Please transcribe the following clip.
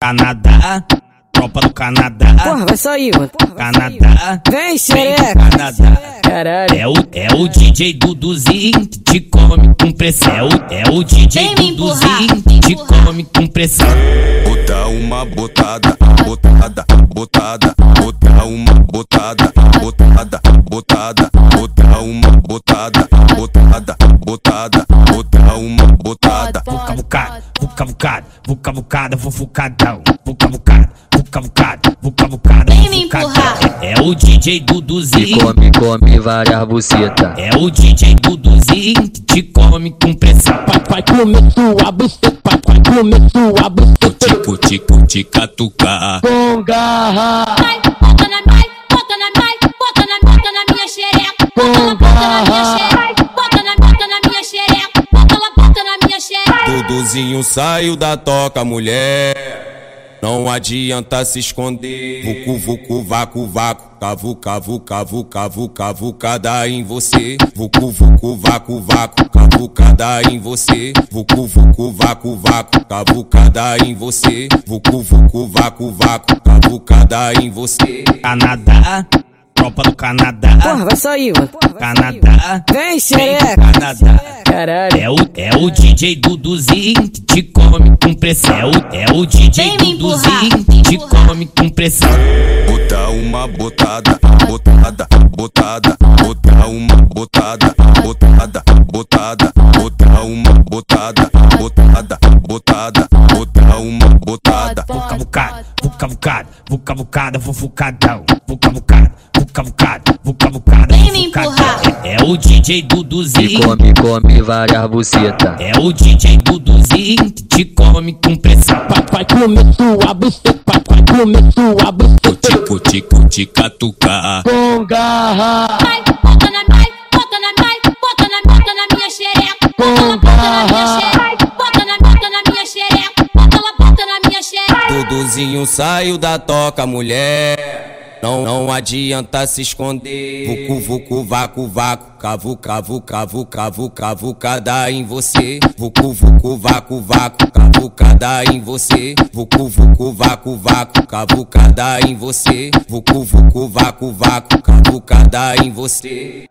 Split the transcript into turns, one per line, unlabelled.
Canadá,
Ah.
tropa do Canadá,
Porra, vai sair, mano.
Ah.
Canadá,
Vem,
vem do
xereca.
Canadá.
Caralho.
É o, é o DJ Duduzinho que te come com pressão. É o, é o DJ
Ah. Vem me empurrar,
Duduzinho que te come com pressão.
Botar uma botada, botada, botada, botar uma botada, botada, botada, botar uma botada, botada, botada, botar uma botada.
Vucavucada, vucavucada, vucavucada, vufucadão. Vucavucada, vucavucada, vucavucada,
Vem me
vufucadão.
empurrar.
É o DJ
E
Duduzinho.
come, come várias bucetas.
É o DJ Duduzinho que te come com pressão.
vai comer sua buceta, vai comer sua buceta
Cuti, cuti, catucar.
com garra.
Vai, bota na vai, bota na vai, bota na bota na minha xereca. Bota na bota na minha xereca. Bota na bota na minha xereca. Bota na bota na minha xereca.
Duduzinho saiu da toca, mulher. Não adianta se esconder. Vucu, vucu, vacu, vacu. Cavu, cavu, cavu, cavu, cavucada em você. Vucu, vucu, vacu, vacu. Cavucada em você. Vucu, vucu, vacu, vacu. Cavucada em você. Vucu, vucu, vacu, vacu. Cavucada em você.
Canadá, tropa do
Porra,
Canadá.
vai sair, mano.
Canadá,
Vem,
vem do
xereca.
Canadá.
Caralho.
É o, é o DJ Duduzinho que te come com pressão. É o, é o DJ
Vem me empurrar,
Duduzinho que te
empurrar.
come com pressão.
Botar uma botada, botada, botada, botar uma botada, botada, botada, botar uma botada, botada, botada, botar uma botada.
Vucavucada, vucavucada, vucavucada, vufucadão. Vucavucada, vucavucada, vucavucada,
Vem me
vufucadão.
empurrar.
É o DJ
E
Duduzinho.
come, come várias bucetas.
É o DJ Duduzinho que te come com pressão.
Vai, vai comer sua buceta, vai comer sua buceta
Cuti, cuti, catucar.
com garra.
Vai, bota na vai, bota na vai, bota na bota na minha xereca. Bota na bota na minha xereca. Bota na bota na minha xereca. Bota na bota na minha xereca.
Duduzinho saiu da toca, mulher. Não, não adianta se esconder. Vucu, vucu, vacu, vacu. Cavu, cavu, cavu, cavu, cavucada em você. Vucu, vucu, vacu, vacu. Cavucada em você. Vucu, vucu, vacu, vacu. Cavucada em você. Vucu, vucu, vacu, vacu. Cavucada em você.